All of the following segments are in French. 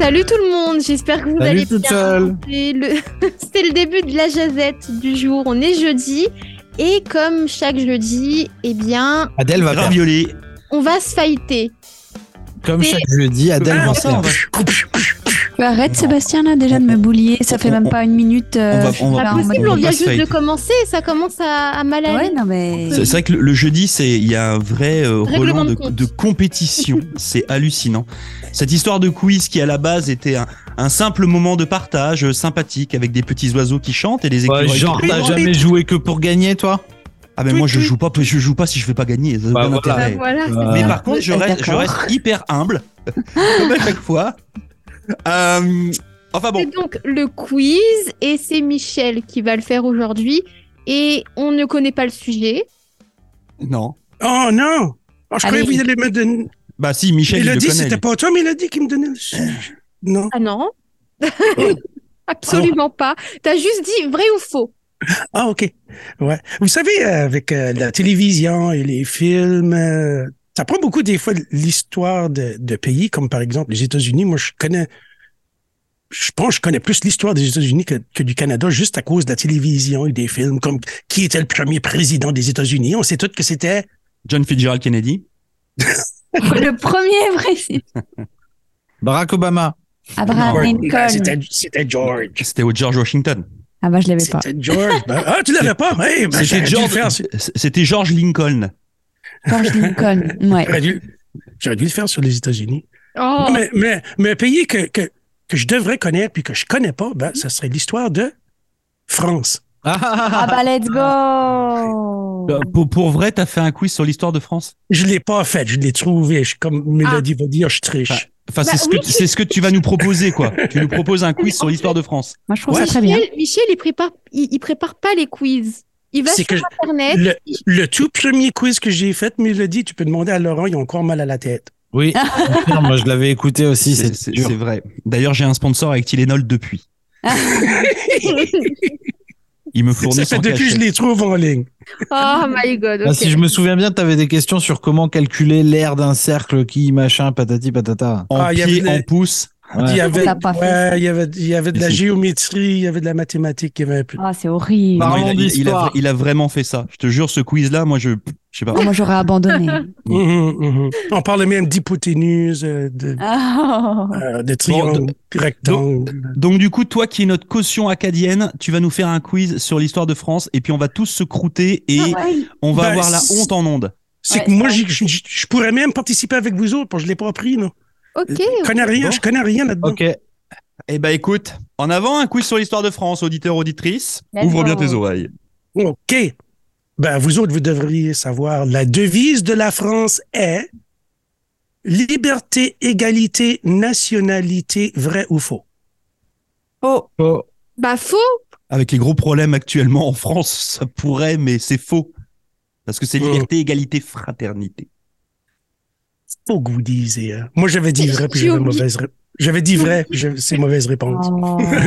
Salut tout le monde, j'espère que vous Salut allez toute bien. seule. C'est le... c'est le début de la jazette du jour. On est jeudi et comme chaque jeudi, eh bien, Adèle va perdre. Ravioli. on va se fighter. Comme Et- chaque jeudi, Adèle Ah, va ça, on perdre. va- Bah, Arrête Sébastien là déjà de me boulier, ça fait On- même pas une minute. on euh, va- je suis on va- là Pas en possible, mode- on on vient va se juste de fighter. commencer, ça commence à, à mal aller. Ouais non mais C'est c'est vrai que le, le jeudi, c'est il y a un vrai euh, Règlement relan de de, compte. de compétition. c'est hallucinant. Cette histoire de quiz qui à la base était un, un simple moment de partage euh, sympathique avec des petits oiseaux qui chantent et des Ouais, écureuils. genre, ah, qui- t'as jamais joué que pour gagner, toi Ah mais moi je joue pas, je joue pas si je vais pas gagner. ça a Bah, aucun voilà. intérêt. voilà, c'est Euh, Mais ça. par contre, je Euh, reste, je d'accord. reste hyper humble, comme à chaque fois. Euh, enfin C'est bon, donc le quiz et c'est Michel qui va le faire aujourd'hui. Et on ne connaît pas le sujet. non. Oh non Oh, Je Allez. croyais que vous alliez me donner. Bah si, Michel, il le Mélodie, connaît. Euh. c'était lui. pas toi, Mélodie, qui me donnait le sujet. Non. Ah non Absolument pas. T'as juste dit vrai ou faux. Ah, OK. Ouais. Vous savez, euh, avec euh, la télévision et les films, euh, ça prend beaucoup des fois l'histoire de, de pays, comme par exemple les États-Unis. Moi, je connais. Je pense que je connais plus l'histoire des États-Unis que, que du Canada juste à cause de la télévision et des films, comme qui était le premier président des États-Unis. On sait tous que c'était John Fitzgerald Kennedy. le premier vrai c'est Barack Obama. Abraham Ouais, Ah, Lincoln. c'était- c'était George. C'était au George Washington. Ah bah je l'avais pas. C'était George. Ben, ah, tu l'avais pas? Hey, ben, j'aurais C'était dû le George, faire, c'est- c'était George Lincoln. George Lincoln. Ouais. J'aurais dû, j'aurais dû le faire sur les États-Unis. Oh, Mais, mais, mais un pays que, que, que je devrais connaître puis que je connais pas, ben, ça serait l'histoire de France. Ah, Ah bah let's go. Euh, Pour, pour vrai, t'as fait un quiz sur l'histoire de France Je l'ai pas faite, je l'ai trouvée. Je- comme Mélodie Ah. va dire, je triche. Enfin, Bah c'est ce, oui. que- c'est ce que tu vas nous proposer, quoi. tu nous proposes un quiz sur l'histoire de France. Moi je trouve Ouais. ça très bien. Michel, Michel, il prépare, il, il prépare pas les quiz. Il va C'est sur que je- Internet. le, le tout premier quiz que j'ai fait, Mélodie, tu peux demander à Laurent, ils ont encore mal à la tête. Oui, Putain, moi je l'avais écouté aussi, C'est c'est c'est- dur. c'est vrai. D'ailleurs, j'ai un sponsor avec Tylenol depuis. Il me Ça fournit fait sans depuis que je cachet. les trouve en ligne. Oh my god. Là, ok. bah, si je me souviens bien, t'avais des questions sur comment calculer l'air d'un cercle, qui, machin, patati patata. En Ah, il y pied, avait en des- pouce. Ouais. Il, y avait, T'as pas fait ouais, ça. il, y avait, il y avait de la Mais c'est- géométrie, il y avait de la mathématique, il y avait un peu. Ah c'est horrible. Parlons Non, il, a, il- il a- d'histoire. il a vraiment fait ça. Je te jure, ce quiz-là, moi, je, je sais pas. Ah, moi j'aurais abandonné. Mhm, mhm. On parlait même d'hypoténuse, euh, de, Oh. euh, de triangle, rectangle. Donc, du coup, toi qui es notre caution acadienne, tu vas nous faire un quiz sur l'histoire de France et puis on va tous se croûter et on va Ben, avoir la si- honte en onde. C'est Ouais, que c'est moi, vrai. j'y- j'y- j'y- je pourrais même participer avec vous autres, parce que je l'ai pas appris. Là. Ok. Je connais rien, Bon. je connais rien là-dedans. Ok. Eh ben, écoute, en avant, un quiz sur l'histoire de France, auditeur, auditrice. Let's Ouvre go. bien tes oreilles. OK. Ben, vous autres, vous devriez savoir, la devise de la France est liberté, égalité, nationalité, vrai ou faux. Oh. Oh, Bah faux. avec les gros problèmes actuellement en France, ça pourrait, mais c'est faux. Parce que c'est Oh. liberté, égalité, fraternité. Faut que vous disiez. hein. Moi, j'avais dit Mais vrai, puis j'ai j'avais oublié. mauvaise réponse. J'avais dit vrai, puis j'avais- c'est mauvaise réponse. J'ai Ah,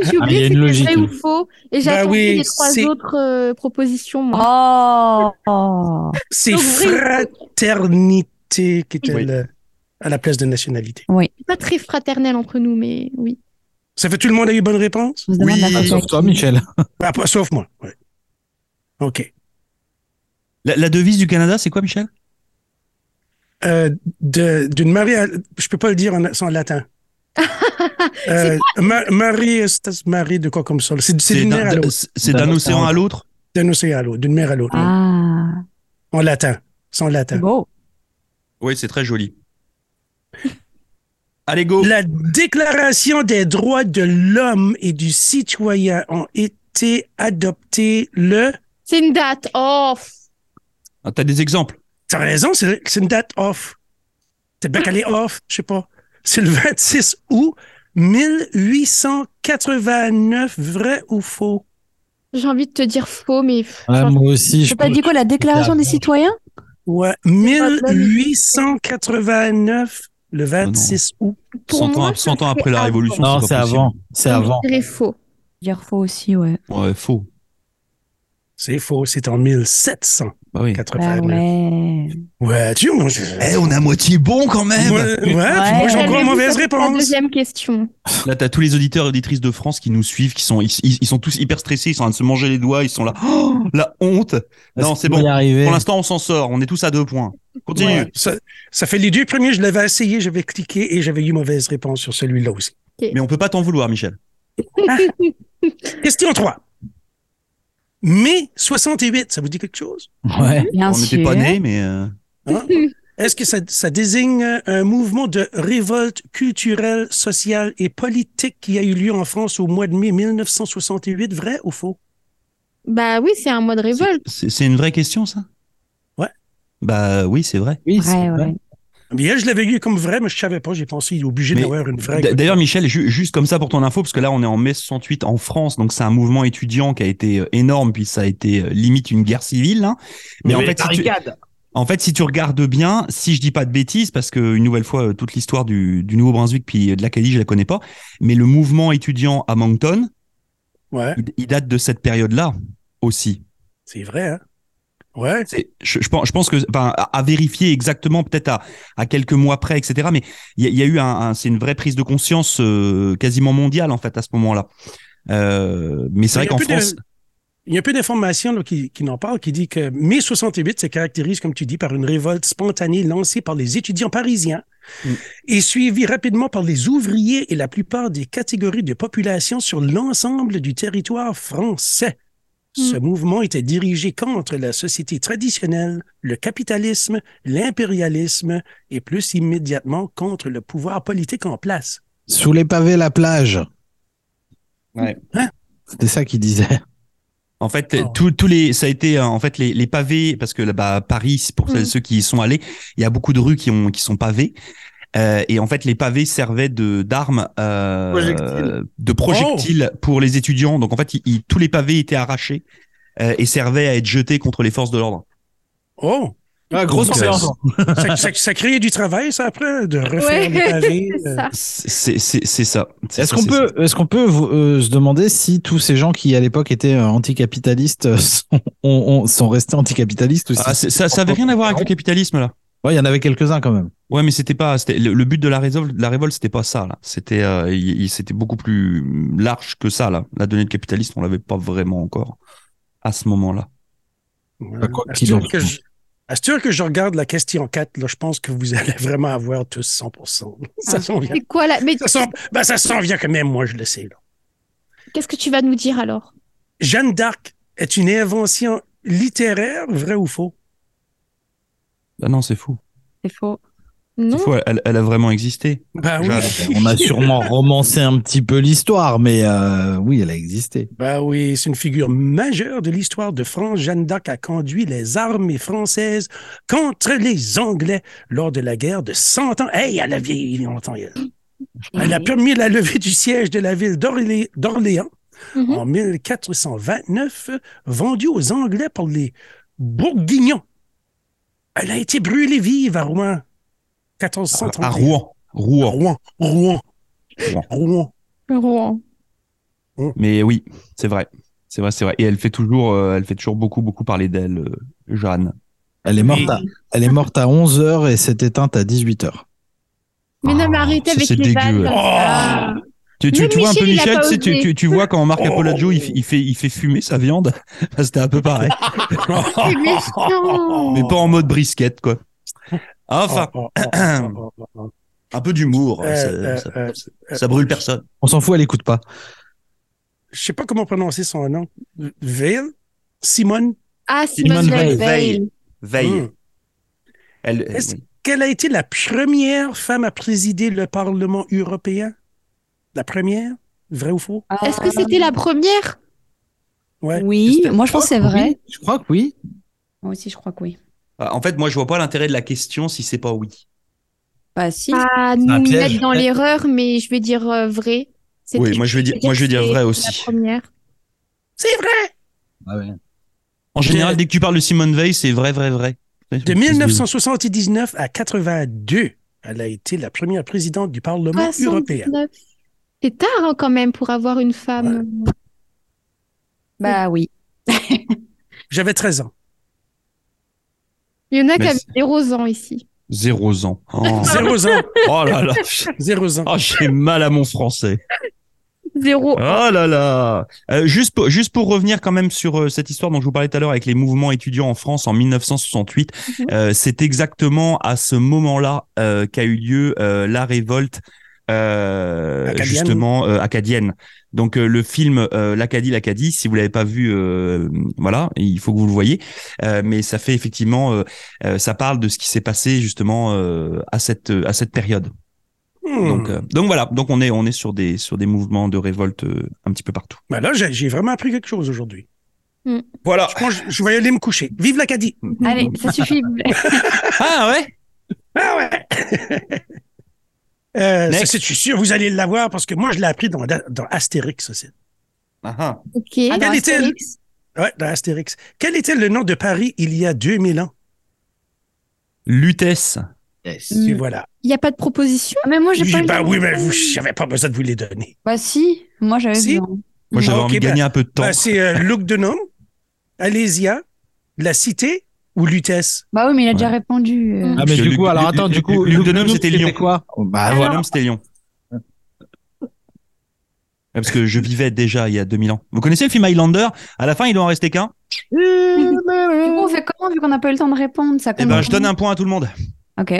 il y a oublié une que logique, c'était vrai là. ou faux. Et j'ai Bah attendu oui, les trois c'est- autres euh, propositions. Moi. Oh. Oh. C'est Donc, vrai ou faux. fraternité qui était Oui. le- à la place de nationalité. C'est Pas très fraternel entre nous, mais oui. Ça fait tout le monde a eu bonne réponse? Je vous demande Oui, la ah, photo sauf avec toi, qui. Michel. Ah, pas- sauf moi. ouais. OK. La, la devise du Canada, c'est quoi, Michel euh, de- d'une Marie, à- je peux pas le dire en, sans latin. euh, ma- Marie, Estas- Marie, de quoi comme ça? là. C'est c'est d'une mer à d'un- l'autre, Bah, c'est d'un D'un océan à l'autre d'un océan à l'autre, d'une mer à l'autre. Ah. En latin, sans C'est latin. beau. Oui, c'est très joli. Allez, go La Déclaration des droits de l'homme et du citoyen ont été adoptées le. C'est une date. Oh. pff. Ah, T'as des exemples T'as raison, c'est c'est une date off. T'es bien calé off, je sais pas. C'est le 26 août 1889, vrai ou faux? J'ai envie de te dire faux, mais. pff, Ouais, j'en- moi aussi, je J'ai pas dit quoi la déclaration des citoyens Ouais, 1889, le 26 août. pour 100 moi, ans, ça 100 ans serait après la avant. Révolution. Non, pas c'est possible. avant. C'est Donc, avant. Je dirais faux. Dire faux aussi ouais. Ouais, faux. C'est faux, c'est en 1700. Bah oui. 80. Bah ouais. Ah ouais, tu vois, moi, je... Eh, ben. on est à moitié bon quand même. Moi, ouais, puis moi, Ouais. j'ai encore J'avais une vu mauvaise ça pour la réponse. Deuxième question. Là, t'as tous les auditeurs et auditrices de France qui nous suivent, qui sont, ils, ils- ils sont tous hyper stressés, ils sont en train de se manger les doigts, ils sont là. Oh, la honte. Non, c'est bon. Pour l'instant, on s'en sort. On est tous à deux points. Continue. Ouais, ça, ça fait les deux premiers, je l'avais essayé, j'avais cliqué et j'avais eu mauvaise réponse sur celui-là aussi. Mais on peut pas t'en vouloir, Michel. Question 3. Mai 68, ça vous dit quelque chose? Ouais. Bien on sûr. n'était pas nés, mais euh, Hein? Est-ce que ça, ça désigne euh, un mouvement de révolte culturelle, sociale et politique qui a eu lieu en France au mois de mai 1968, vrai ou faux? Bah oui, c'est un mois de révolte. c'est c'est une vraie question, ça. Ouais. Bah oui, c'est vrai. Oui, c'est Ouais, vrai. ouais. Bien, je l'avais eu comme vrai, mais je savais pas, j'ai pensé il est obligé Mais d'avoir une vraie. D- D'ailleurs, Michel, ju- juste comme ça pour ton info, parce que là, on est en mai 68 en France, donc c'est un mouvement étudiant qui a été euh, énorme, puis ça a été euh, limite une guerre civile. hein. Mais en fait, si tu, en fait, si tu regardes bien, si je dis pas de bêtises, parce que une nouvelle fois, euh, toute l'histoire du, du Nouveau-Brunswick puis euh, de l'Acadie, je la connais pas, mais le mouvement étudiant à Moncton, Ouais, il, il date de cette période-là aussi. c'est vrai, hein? Ouais. C'est- Je, je pense, je pense que, enfin, à, à vérifier exactement, peut-être à, à quelques mois près, etc. Mais il y, a- il y a eu un, un- c'est une vraie prise de conscience euh, quasiment mondiale en fait à ce moment-là. Euh, mais c'est vrai Mais il y a qu'en peu de- France, Il y a un peu d'informations là, qui, qui n'en parlent, qui dit que mai 68 se caractérise, comme tu dis, par une révolte spontanée lancée par les étudiants parisiens Mm. et suivie rapidement par les ouvriers et la plupart des catégories de population sur l'ensemble du territoire français. Ce mouvement était dirigé contre la société traditionnelle, le capitalisme, l'impérialisme et plus immédiatement contre le pouvoir politique en place. Sous les pavés, la plage. Ouais. Hein C'était ça qu'il disait. en fait, Oh. tous- tous les, ça a été euh, en fait les, les pavés parce que là-bas à Paris, pour celles- Mhm. ceux qui y sont allés, il y a beaucoup de rues qui ont qui sont pavées. Euh, et en fait, les pavés servaient de d'armes, euh, Projectiles. Oh. de projectiles pour les étudiants. Donc en fait, ils- ils- tous les pavés étaient arrachés euh, et servaient à être jetés contre les forces de l'ordre. Oh! Ah, grosse Donc, euh, ça, ça- ça crée du travail, ça, après, de refaire Ouais, les pavés, c'est euh, ça. C'est c'est- c'est ça. C'est Est-ce ça, qu'on c'est ça. peut, est-ce qu'on peut euh, se demander si tous ces gens qui à l'époque étaient euh, anticapitalistes euh, sont, ont- ont- sont restés anticapitalistes ou si- Ah, c'est- ça, ça avait rien à voir avec le capitalisme là. Ouais, il y en avait quelques-uns quand même. Ouais, mais c'était pas, c'était le, le but de la révolte, la révolte, c'était pas ça là. C'était, euh, il- il- c'était beaucoup plus large que ça là. La donnée de capitalisme, on l'avait pas vraiment encore à ce moment-là. euh, Ouais. quoi À qu'il ce en heure que je- à ce heure que je regarde la question 4, là, je pense que vous allez vraiment avoir tous 100%. Ça s'en vient. C'est quoi la... Mais Ça s'en ben, ça s'en vient quand même, moi, je le sais. là. qu'est-ce que tu vas nous dire alors Jeanne d'Arc est une invention littéraire, vrai ou faux? Ah non, c'est fou. C'est faux. C'est Non fou. Elle, elle a vraiment existé. Ben oui. Jeanne. On a sûrement romancé un petit peu l'histoire, mais euh, oui, elle a existé. Ben oui, c'est une figure majeure de l'histoire de France. Jeanne d'Arc a conduit les armées françaises contre les Anglais lors de la guerre de 100 ans. Hey, elle a vieilli longtemps, elle. Elle Ah, a permis la levée du siège de la ville d'Orlé- d'Orléans Mhm. en 1429, vendue aux Anglais par les Bourguignons. Elle a été brûlée vive à Rouen. 1431. À Rouen. À Rouen. Rouen. Rouen. Rouen. Rouen. Rouen. Mais oui, c'est vrai. C'est vrai, c'est vrai. Et elle fait toujours, euh, elle fait toujours beaucoup, beaucoup parler d'elle, euh, Jeanne. Elle est morte Oui. à, elle est morte à 11h et s'est éteinte à 18h. Mais non, mais arrêtez ça, avec c'est les vannes Ah, dégueu. comme ça. Tu, tu, Même tu vois un peu Michel, il a Michel, pas tu, sais, tu, osé. tu- tu vois quand Marc Oh. Apologio il, f- il fait, il fait fumer sa viande, Bah, c'était un peu pareil, C'est méchant. mais pas en mode brisquette quoi. Enfin, Oh, oh, oh, oh, oh, oh. un peu d'humour, Euh, ça, euh, ça- euh, ça- ça brûle personne. On s'en fout, elle écoute pas. Je sais pas comment prononcer son nom. Veil? Simone? Ah, Simone Simone Veil. Veil. Veil. Veille. Hmm. Est-ce Quelle a été la première femme à présider le Parlement européen? La première? Vrai ou faux? Est-ce que c'était la première Ouais. Oui, moi je pense que c'est vrai. Oui, je crois que oui. Moi aussi je crois que oui. Ah, En fait, moi, je vois pas l'intérêt de la question si c'est pas oui. Bah si. à un nous piège. mettre Euh, dans l'erreur, mais je vais dire euh, vrai. C'était- Oui, moi, je vais dire- moi, je vais dire c'est vrai la aussi. première. C'est vrai! Ah En général, dès que tu parles de Simone Veil, c'est vrai, vrai, vrai. De 1979 à 82, elle a été la première présidente du Parlement européen. 79. C'est tard hein, quand même pour avoir une femme. Bah oui. J'avais 13 ans. Il y en a qui Mais habitent des rosans ici. Zéro ans. Oh, Zéro ans. Oh là là. Zéro ans. Oh, j'ai mal à mon français. Zéro. Oh là là Euh, juste, pour, juste pour revenir quand même sur euh, cette histoire dont je vous parlais tout à l'heure avec les mouvements étudiants en France en 1968, Mhm. euh, c'est exactement à ce moment-là euh, qu'a eu lieu euh, la révolte euh, Acadienne. justement euh, acadienne. Donc euh, le film euh, l'Acadie l'Acadie, si vous l'avez pas vu, euh, voilà, il faut que vous le voyez. Euh, mais ça fait effectivement, euh, euh, ça parle de ce qui s'est passé justement euh, à cette à cette période. Hmm. Donc, euh, donc voilà, donc on est, on est sur, des, sur des mouvements de révolte euh, un petit peu partout. Ben là, j'ai j'ai vraiment appris quelque chose aujourd'hui. Hmm. Voilà. Hmm. Je pense que je vais aller me coucher. Vive l'Acadie! Allez, ça suffit. Ah ouais Ah ouais! Euh, ça, Next. c'est- je suis sûr, vous allez l'avoir parce que moi, je l'ai appris dans, dans Astérix aussi. Ah, ah. Ok. Quel Alors, est-il? Astérix, Ouais, dans Astérix. Quel était le nom de Paris il y a 2000 ans? Lutèce. Yes. Et Mm. voilà. Il n'y a pas de proposition Ah, mais moi, j'ai Oui, pas bah eu le ben temps. oui, mais vous, j'avais pas besoin de vous les donner. Bah si, moi j'avais Si. vu. Moi j'avais Ok, envie de ben- gagner un peu de temps. Ben, c'est euh, Luc de Nome, Alésia, La Cité ou Lutèce? Bah oui, mais il a déjà Ouais. répondu. euh. Ah, Parce mais que du Luc- coup, alors Luc- attends, du Luc- coup, Luc Denhomme, c'était c'était Lyon. quoi Bah voilà. Ah, voilà, c'était Lyon. Ouais, Parce que je vivais déjà il y a 2000 ans. Vous connaissez le film Highlander À la fin, il doit en rester qu'un. Du coup, on fait comment vu qu'on n'a pas eu le temps de répondre ça Eh compte ben, je comment donne un point à tout le monde. Ok.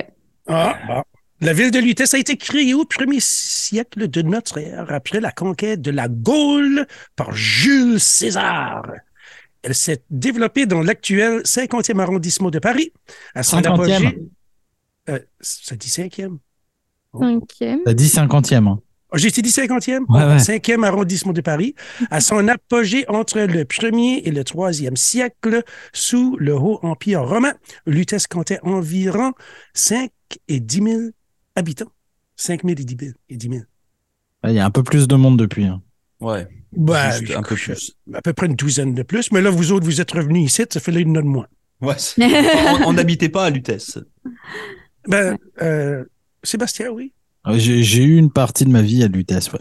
Ah, ah. La ville de Lutèce a été créée au premier siècle de notre ère après la conquête de la Gaule par Jules César. Elle s'est développée dans l'actuel 50e arrondissement de Paris. À son 50e. apogée- Euh, ça dit 5e. Cinquième. T'as dit cinquantième. hein. Oh, J'ai été dit 50e? Ouais, ouais. 5e arrondissement de Paris, à son apogée entre le 1er et le 3e siècle, sous le Haut Empire romain, Lutèce comptait environ 5 et 10 000 habitants. 5 000 et 10 000. Et 10 000. Ouais, Il y a un peu plus de monde depuis. hein. Ouais. Ben, juste un peu plus. à peu près une douzaine de plus, mais là, vous autres, vous êtes revenus ici, ça fait là une de moins. Ouais. c'est- on on n'habitait pas à Lutèce. Ben, euh, Sébastien, oui. Euh, J'ai j'ai eu une partie de ma vie à l'UTS, ouais.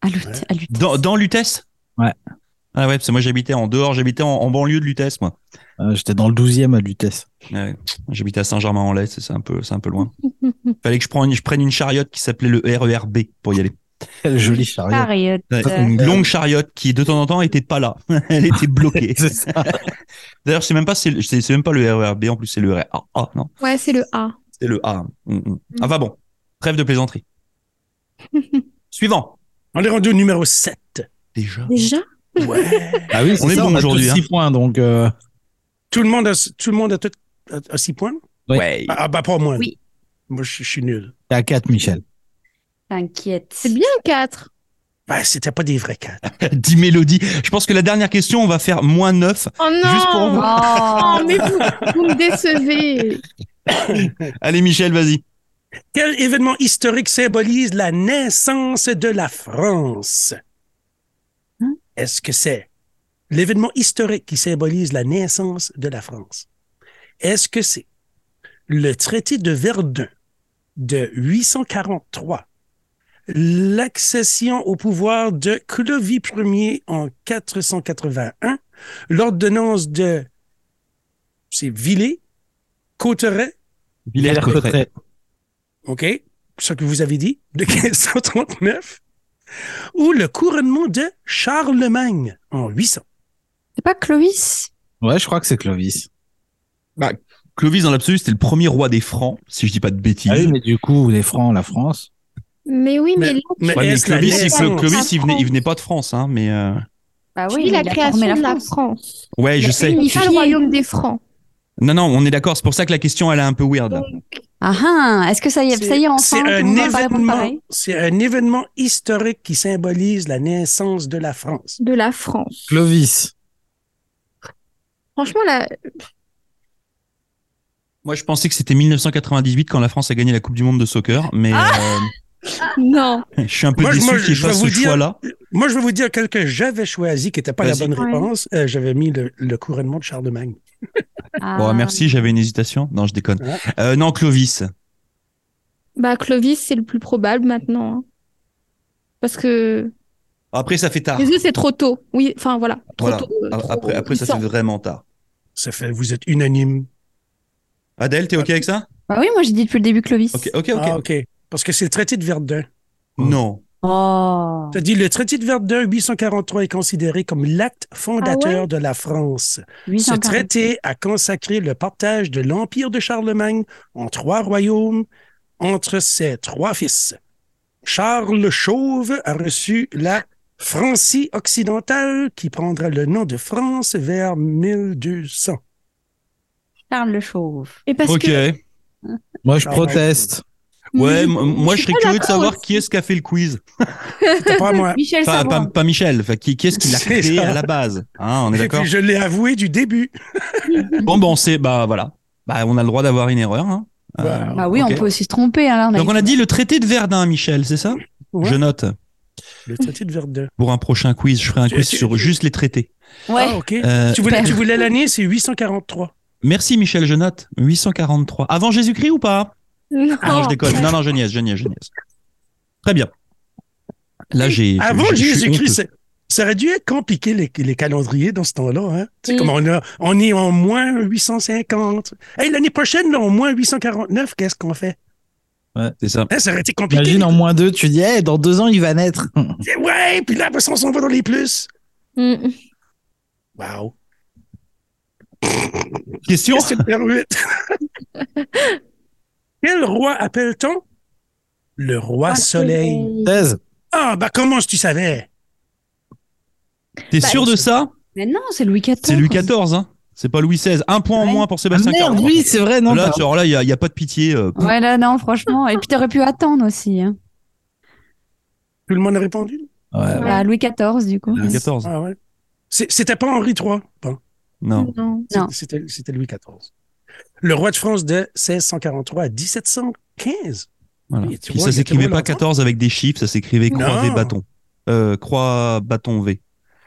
À Lut- à Lutèce. Dans, dans Lutèce Ouais. Ah ouais, parce que moi j'habitais en dehors, j'habitais en, en banlieue de Lutèce, moi. Euh, J'étais dans le 12e à E l'UTS. Ouais. J'habitais à Saint-Germain-en-Laye, c'est c'est un peu, c'est un peu loin. Fallait que je prenne, je prenne une chariote qui s'appelait le RERB pour y aller. Quelle jolie chariote. Pareil. Ouais, Euh, Une longue chariote qui de temps en temps était pas là, elle était bloquée. C'est ça. D'ailleurs, c'est même pas, c'est c'est- c'est même pas le RERB, en plus c'est le RERA, non Ouais, c'est le A. C'est le A. Mm, mm. Ah bah bon, trêve de plaisanterie. Suivant. On est rendu au numéro 7. Déjà. Déjà Ouais. Ah oui, On est ça, bon a tous aujourd'hui, six points, donc. euh, tout le monde a, tout le monde a, tout, a, a six points? Ouais. Ah, ben, pas moi. Oui. Moi, je, je suis nul. T'es à 4, Michel. T'inquiète. C'est bien 4. Ben, c'était pas des vrais quatre. Dix mélodies. Je pense que la dernière question, on va faire moins 9. Oh non Juste pour vous. Oh. Oh, mais vous, vous me décevez. Allez, Michel, vas-y. Quel événement historique symbolise la naissance de la France? Hein? Est-ce que c'est l'événement historique qui symbolise la naissance de la France? Est-ce que c'est le traité de Verdun de 843, l'accession au pouvoir de Clovis Ier en 481, l'ordonnance de c'est Villers, Coteret, Villers-Cotterêts. OK, ce que vous avez dit, de 1539, ou le couronnement de Charlemagne en 800. C'est pas Clovis Ouais, je crois que c'est Clovis. Clovis, dans l'absolu, c'était le premier roi des Francs, si je dis pas de bêtises. Ah oui, mais du coup, les Francs, la France. Mais oui, mais, là, Mais Ouais, mais est-ce la Clovis, il, naissance- Clovis, il venait, il venait pas de France, hein, mais euh, Bah tu dis la il a création formé de la France. France. ouais, je sais. Il n'y a pas le royaume des Francs. Non, non, on est d'accord. C'est pour ça que la question, elle est un peu weird. là. Ah ah, est-ce que ça y est, ça y est C'est enfin tout le un, monde va pas répondre événement- pareil c'est un événement historique qui symbolise la naissance de la France. De la France. Clovis. Franchement, là, Moi, je pensais que c'était 1998 quand la France a gagné la Coupe du Monde de soccer, mais non. euh, je suis un peu Ah Moi, je- déçu moi, qu'il je vais fasse ce vous dire- choix-là. Moi, je vais vous dire quelque que j'avais choisi qui n'était pas la Vas-y. bonne Ouais. réponse. Euh, j'avais mis le, le couronnement de Charlemagne. Bon, Ah. merci, j'avais une hésitation. Non, je déconne. Ouais. Euh, non, Clovis. Bah, Clovis, c'est le plus probable maintenant. hein. Parce que Après, ça fait tard. les autres, c'est trop tôt. Oui, enfin voilà. Trop Ah. Voilà. tôt. euh, A- trop Après, après ça fait puissant. vraiment tard. Ça fait, vous êtes unanime. Adèle, t'es OK avec ça Bah oui, moi j'ai dit depuis le début Clovis. OK, OK, OK. Ah, OK. Parce que c'est le traité de Verdun. Non. Oh. T'as dit, le traité de Verdun 843 est considéré comme l'acte Ah fondateur de la France. Oui, Ce traité a consacré le partage de l'Empire de Charlemagne en trois royaumes entre ses trois fils. Charles Chauve a reçu la Francie occidentale qui prendra le nom de France vers 1200. Charles le Chauve. Et parce OK. que Moi, je Ah, ouais. proteste. Ouais, m- moi je suis serais pas curieux de d'accord savoir aussi. qui est-ce qui a fait le quiz. T'as pas à moi. Michel Pas, Savoie. pas, pas Michel, enfin, qui, qui est-ce qui l'a C'est créé ça. à la base hein, On est Et d'accord puis je l'ai avoué du début. Bon, bon, c'est. Bah voilà. Bah, on a le droit d'avoir une erreur. Hein. Euh, Bah, Bah oui, ok. on peut aussi se tromper. hein, là, on a Donc on a dit le traité de Verdun, Michel, c'est ça Ouais. Je note. Le traité de Verdun. Pour un prochain quiz, je ferai un Tu- quiz tu- sur tu- juste les traités. Ouais. Ah, Oh. OK. Euh, Tu voulais, Super. tu voulais l'année, c'est 843. merci Michel, je note. 843. Avant Jésus-Christ ou pas non. Ah Non, je déconne. Non, non, je niaise, je niaise, je niaise. Très bien. Là, j'ai. je- Avant je- je suis Jésus-Christ, honteux. ça- ça aurait dû être compliqué les, les calendriers dans ce temps-là. Hein? Tu sais, Mm. comme on, a, on est en moins 850. Hey, L'année prochaine, là, en moins 849, qu'est-ce qu'on fait? Ouais, c'est ça. Hein, ça aurait été compliqué. Imagine en moins deux, tu dis, Eh, dans deux ans, il va naître. Ouais, puis là, après ça, on s'en va dans les plus. Mm. Oh. Wow. Question Question numéro 8. Quel roi appelle-t-on le roi soleil? Thèse. Ah, bah comment tu savais? T'es Bah, sûr de ça Mais non, c'est Louis XIV. C'est Louis XIV, hein. C'est pas Louis XVI. Un point en Ouais. moins pour Ah, Sébastien. merde, Caron. oui, c'est vrai, non Là, t'as- tu- alors là, il n'y a, pas de pitié. euh, Ouais, là, non, franchement. Et puis t'aurais pu attendre aussi. hein. Tout le monde a répondu? Ouais, ouais. Bah, Louis XIV, du coup. Ah Louis XIV. Ah ouais. C'est- C'était pas Henri III. Bon. Non. Non. Non. C'était c'était Louis XIV. Le roi de France de 1643 à 1715. Voilà. Oui, tu Puis vois, ça il y a s'écrivait tellement pas longtemps. 14 avec des chiffres, ça s'écrivait croix Non. V bâton. Euh, croix bâton V.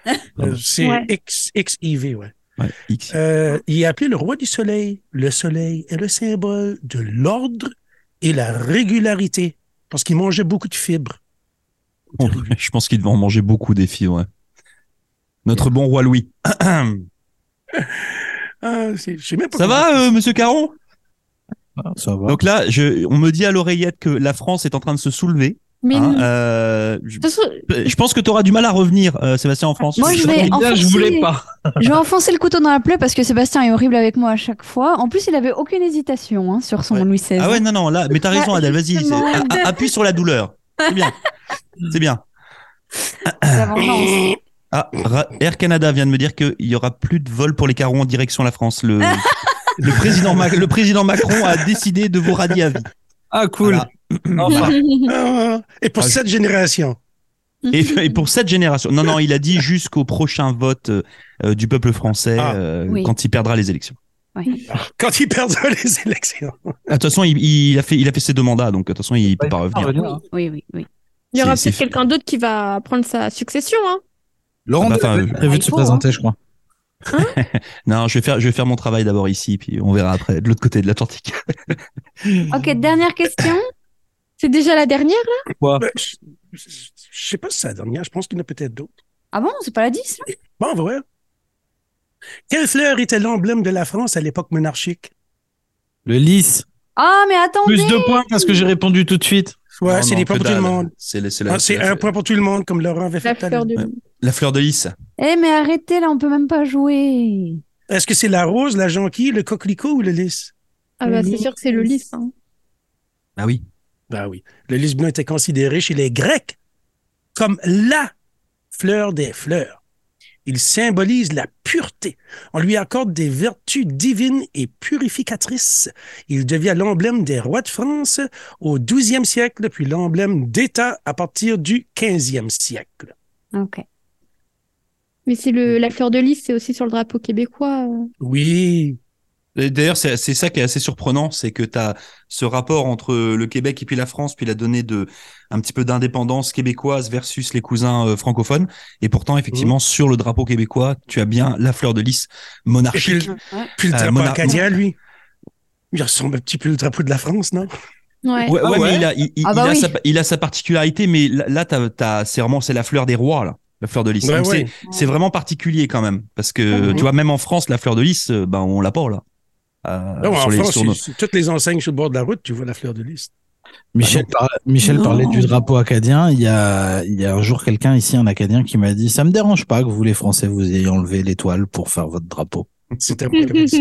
Euh, Ouais. C'est Ouais. X- XIV, ouais. Ouais, X. Euh, il est appelé le roi du soleil. Le soleil est le symbole de l'ordre et la régularité parce qu'il mangeait beaucoup de fibres. Bon, je pense qu'il devait en manger beaucoup des filles, ouais. Notre bon roi Louis. Ah, c'est- je sais même pas Ça comment- va, euh, monsieur Caron bah, ça va. Donc là, je, on me dit à l'oreillette que la France est en train de se soulever. Mais hein. non. De Euh, je, toute façon, je pense que tu auras du mal à revenir, euh, Sébastien, en France. Moi, je vais Là, je enfoncer- voulais pas. Je vais enfoncer le couteau dans la plaie parce que Sébastien est horrible avec moi à chaque fois. En plus, il avait aucune hésitation hein, sur son Ouais. Louis XVI. Ah ouais, non, non, là, mais t'as Ah, raison, Adèle, vas-y, justement. c'est- a- a- appuie sur la douleur. C'est bien. C'est bien. La vengeance. Ah, Ra- Air Canada vient de me dire qu'il y aura plus de vols pour les carons en direction la France. Le, le, président, Ma- le président Macron a décidé de vous radier à vie. Ah, cool. Voilà. Enfin. Ah, et pour Ah, je- cette génération. Et, et pour cette génération. Non, non, il a dit jusqu'au prochain vote euh, euh, du peuple français Ah. euh, Oui. quand il perdra les élections. Quand ils perdent les élections. Ah, De toute façon, il, il a fait, il a fait ses deux mandats, donc de toute façon, il peut pas revenir. oui, hein. oui, oui, oui. il y aura c'est- peut-être c'est- quelqu'un d'autre qui va prendre sa succession. Hein. Laurent Ah bah, Delahousse enfin, a prévu de se Alpo, présenter, je crois. Non, je vais faire, je vais faire mon travail d'abord ici, puis on verra après de l'autre côté de l'Atlantique. Ok, dernière question. C'est déjà la dernière. Ah. Ben, je, je- je sais pas si c'est la dernière, je pense qu'il y en a peut-être d'autres. Ah bon, c'est pas la 10 là Bon, on va voir. Quelle fleur était l'emblème de la France à l'époque monarchique? Le lisse. Ah, mais Plus attendez de points parce que j'ai répondu tout de suite. Ouais, Non, c'est non, des points que pour tout le dalle. monde. C'est la- c'est Ah, la- c'est la- un point pour tout le monde, comme Laurent avait La fait tout à l'heure. fleur de Ouais. la fleur de lys. Eh, mais arrêtez là, on peut même pas jouer. Est-ce que c'est la rose, la jonquille, le coquelicot ou le lys? Ah bah Le c'est lys. sûr que c'est le lys. hein. Ah oui. Ben oui. Le lys blanc était considéré chez les Grecs comme la fleur des fleurs. Il symbolise la pureté. On lui accorde des vertus divines et purificatrices. Il devient l'emblème des rois de France au 12e siècle, puis l'emblème d'État à partir du 15e siècle. Ok. Mais c'est le la fleur de lys, c'est aussi sur le drapeau québécois. euh. Oui. Et D'ailleurs, c'est c'est ça qui est assez surprenant, c'est que tu as ce rapport entre le Québec et puis la France, puis la donnée de un petit peu d'indépendance québécoise versus les cousins euh, francophones. Et pourtant, Mmh. effectivement, sur le drapeau québécois, tu as bien la fleur de lys Et puis, monarchique. le- puis le Euh, drapeau Mona- acadien, lui. Il ressemble un petit peu au drapeau de la France, non? Ouais. Ouais, Ah ouais, ouais mais il a, il, il- Ah bah il a oui. sa, il a sa particularité, mais là, là, t'as- t'as- c'est vraiment c'est la fleur des rois, là, la fleur de lys. Ouais, Donc, Ben ouais. C'est c'est vraiment particulier quand même, parce que Ouais. tu vois, même en France, la fleur de lys, euh, ben on l'a pas là. euh, Non, sur en les- France, sur nos- sur- sur toutes les enseignes sur le bord de la route, tu vois la fleur de lys. Michel, par- Michel Non. parlait du drapeau acadien. Il y a, il y a un jour quelqu'un ici, un acadien, qui m'a dit Ça me dérange pas que vous, les Français, vous ayez enlevé l'étoile pour faire votre drapeau. C'était comme ça.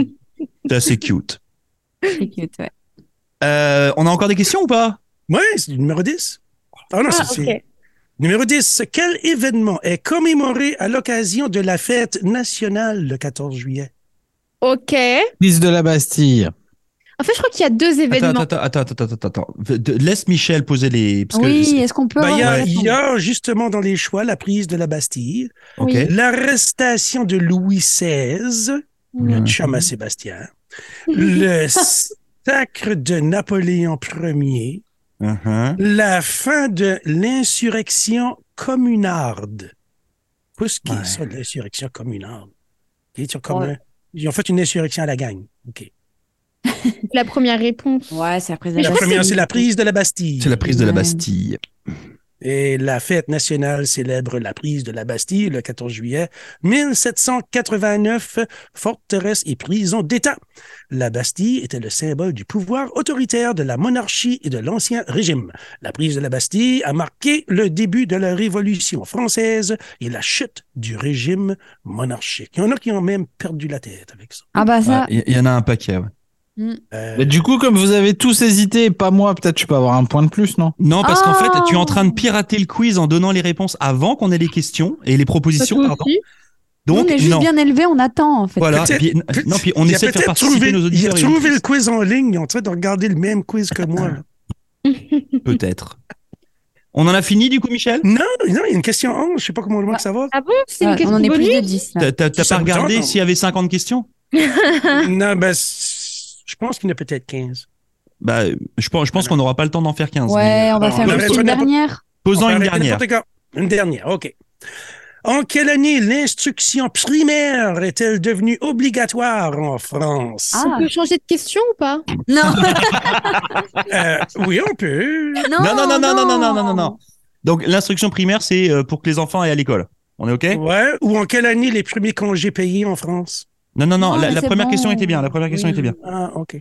C'est assez cute. C'est cute, ouais. Euh, on a encore des questions ou pas Ouais, c'est le numéro 10. Ah non, Ah, c'est- c'est. ok. Numéro 10. Quel événement est commémoré à l'occasion de la fête nationale le 14 juillet? Ok. Prise de la Bastille. En fait, je crois qu'il y a deux événements. attends, attends, attends, attends, attends, attends. De- Laisse Michel poser les. parce que Bah, Oui, c'est- est-ce qu'on peut Ah, Ben, Il y, avoir a- la il y réponse a justement dans les choix la prise de la Bastille, Ok. Oui. l'arrestation de Louis XVI, le chum à Sébastien, le sacre de Napoléon Ier, Uh-huh. la fin de l'insurrection communarde. Qu'est-ce qui est Ouais. ça, l'insurrection communarde? Ils sont comme un- Ils ont fait une insurrection à la gang. OK. La première réponse. Ouais, c'est après Mais je La crois que première, c'est la prise de la Bastille. C'est la prise de la Ouais. Bastille. Et la fête nationale célèbre la prise de la Bastille le 14 juillet 1789, forteresse et prison d'État. La Bastille était le symbole du pouvoir autoritaire de la monarchie et de l'Ancien Régime. La prise de la Bastille a marqué le début de la Révolution française et la chute du régime monarchique. Il y en a qui ont même perdu la tête avec ça. Ah bah ça, Ah, Il y- il y en a un paquet. ouais. Euh, Mais Bah, du coup, comme vous avez tous hésité, pas moi, peut-être je peux avoir un point de plus, non Non, parce qu'en Ah. fait, tu es en train de pirater le quiz en donnant les réponses avant qu'on ait les questions et les propositions. Toi pardon. aussi. nous, Donc, on est juste non. bien élevé, on attend en fait. Voilà. Peut-être- Et puis, peut-être- non, puis on il a essaie de faire peut-être participer trouvé, nos il a auditeurs. et les trouvé le auditrices. quiz en ligne. Ils sont en train de regarder le même quiz que moi. là. Peut-être. On en a fini du coup, Michel Non, non, il y a une question 11. Je sais pas comment loin que ça va. Ah bon, c'est Ah, une on question en est plus bonus de 10 là. T'as t'as- t'as Ça pas me regardé tente. s'il y avait 50 questions non, ben, c- je pense qu'il y en a peut-être 15. Bah, je pense, Ah, je pense qu'on n'aura pas le temps d'en faire 15. mais, Ouais, euh, on va Alors, faire on une va petite mettre- dernière. Posons On peut une arrêter dernière. n'importe quand. Une dernière, OK. En quelle année l'instruction primaire est-elle devenue obligatoire en France? Ah, On peut changer de question ou pas non, Euh, oui, on peut. Non, non, non, non, non, non, non, non, non, non. Donc, l'instruction primaire, c'est euh, pour que les enfants aient à l'école. On est OK Ouais. Ou en quelle année les premiers congés payés en France? Non, non, non, Non, la, mais la c'est première bon. question était bien. La première question Oui. était bien. Ah, OK.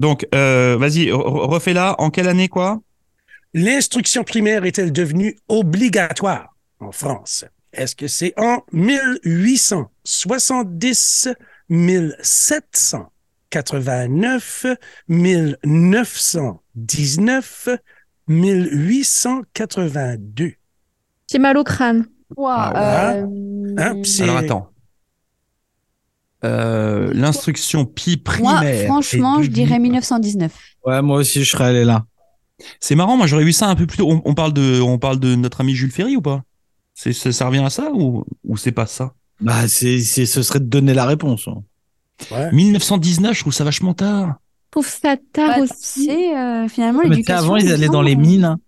Donc, euh, vas-y, re- re- refais-la. En quelle année, quoi L'instruction primaire est-elle devenue obligatoire en France? Est-ce que c'est en 1870, 1789, 1919, 1882? J'ai mal au crâne. Ouah, Ah, euh, Hein, pis c'est- Alors, attends. Euh, l'instruction pi Moi, primaire. franchement, est je dirais devenue- 1919. Ouais, moi aussi, je serais allé là. C'est marrant, moi j'aurais vu ça un peu plus tôt. On, on parle de, on parle de notre ami Jules Ferry ou pas C'est ça, ça revient à ça ou, ou c'est pas ça Bah, c'est, c'est- ce serait de donner la réponse. hein. Ouais. 1919, je trouve ça vachement tard. Je trouve ça tard Bah, aussi. C'est euh, finalement Ah, Mais tu sais, l'éducation. avant, ils me allaient dans semble. les mines. hein.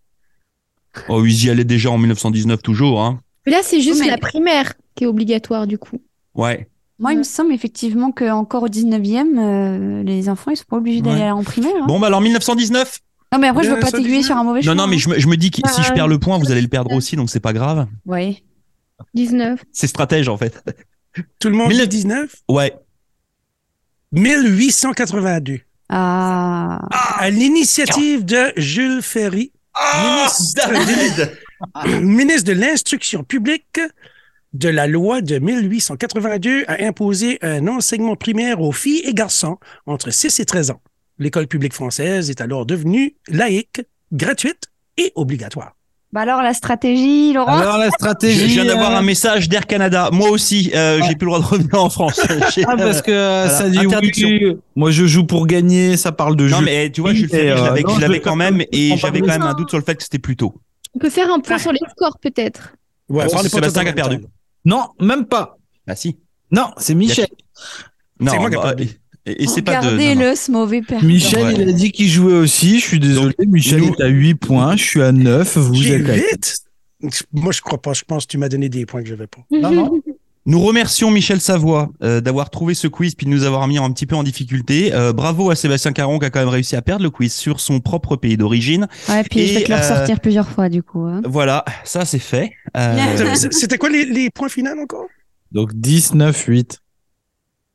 Oh, ils y allaient déjà en 1919 toujours, hein. Mais là, c'est juste Mais- la primaire qui est obligatoire du coup. Ouais. Moi, il me semble effectivement qu'encore au 19e, euh, les enfants, ils sont pas obligés d'aller Ouais. en primaire. hein. Bon, bah alors 1919 Non, mais après, je veux Euh, pas ça t'aiguiller dit- sur un mauvais Non, chemin. non, hein. mais je me, je me dis que si je perds le point, vous allez le perdre aussi, donc c'est pas grave. Ouais. 19. C'est stratège en fait. Tout le monde Mille- dit 19? Ouais. 1882. Ah. À l'initiative de Jules Ferry, Ah, David ministre de l'Instruction publique, de la loi de 1882 a imposé un enseignement primaire aux filles et garçons entre 6 et 13 ans. L'école publique française est alors devenue laïque, gratuite et obligatoire. Bah alors, la stratégie, Laurent. Alors, la Je je stratégie. viens d'avoir euh, un message d'Air Canada. Moi aussi, euh, j'ai plus le droit de revenir en France. J'ai- Ah, parce que euh, ça dit interdiction. oui, moi je joue pour gagner, ça parle de Non, jeu. mais eh, tu vois, Oui, Jules Ferry, mais, je euh, l'avais- non, je je l'avais veux quand pas- même, et comprends j'avais pas. quand même un doute sur le fait que c'était plus tôt. On peut faire un point sur les scores peut-être. Ouais, Ah, parlez c'est pas Sébastien tout qui a en perdu. même temps. Non, même pas. Bah si. Non, c'est Michel. Non, C'est moi qui ai bah, perdu. et- Et, c'est pas de. non, non. Regardez-le, ce mauvais père. Michel, Ouais. il a dit qu'il jouait aussi. Je suis désolé, Michel nous- est à 8 points. Je suis à 9. Vous J'ai êtes à huit? Moi, je crois pas. Je pense que tu m'as donné des points que je n'avais pas. Non, non. Nous remercions Michel Savoie euh, d'avoir trouvé ce quiz puis de nous avoir mis un petit peu en difficulté. Euh, bravo à Sébastien Caron qui a quand même réussi à perdre le quiz sur son propre pays d'origine. Ouais, puis je Et, vais te le euh, ressortir plusieurs fois, du coup. hein. Voilà, ça c'est fait. Euh, Bien. C'est- C'était quoi les, les points finaux encore? Donc 10, 9, 8.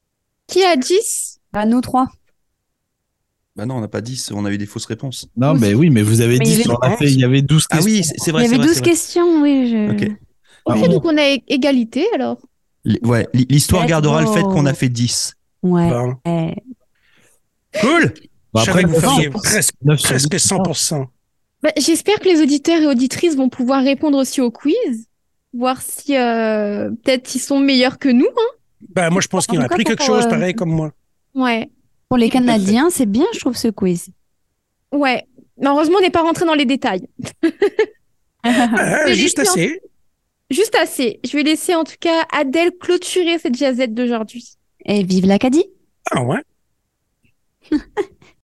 Qui a 10 À nous trois. Bah non, on n'a pas 10, on a eu des fausses réponses. Non, Aussi. mais oui, mais vous avez Mais il y dit avait sur la douze. feuille, il y avait 12 Ah questions. oui, c'est c'est Il vrai. y c'est avait vrai, 12 c'est vrai. questions, oui. Je... Ok. Ok, Ah bon. donc on a é- égalité alors. L- Ouais, l- l'histoire Let's gardera le fait go. qu'on a fait 10. Ouais. Bon. Bah. Eh. Cool Bah Je savais après, que vous neuf sur- feriez presque, neuf sur presque dix. 100%. Bah, J'espère que les auditeurs et auditrices vont pouvoir répondre aussi au quiz, voir si euh, peut-être ils sont meilleurs que nous. hein. Ben, moi, je pense En qu'il tout a cas, appris quelque pour, chose euh, pareil comme moi. Ouais, Pour les Tout à fait. Canadiens, c'est bien, je trouve, ce quiz. ouais. Mais heureusement, on n'est pas rentré dans les détails. Ah, c'est juste juste assez. Juste assez. Je vais laisser en tout cas Adèle clôturer cette jazette d'aujourd'hui. Et vive l'Acadie Ah ouais.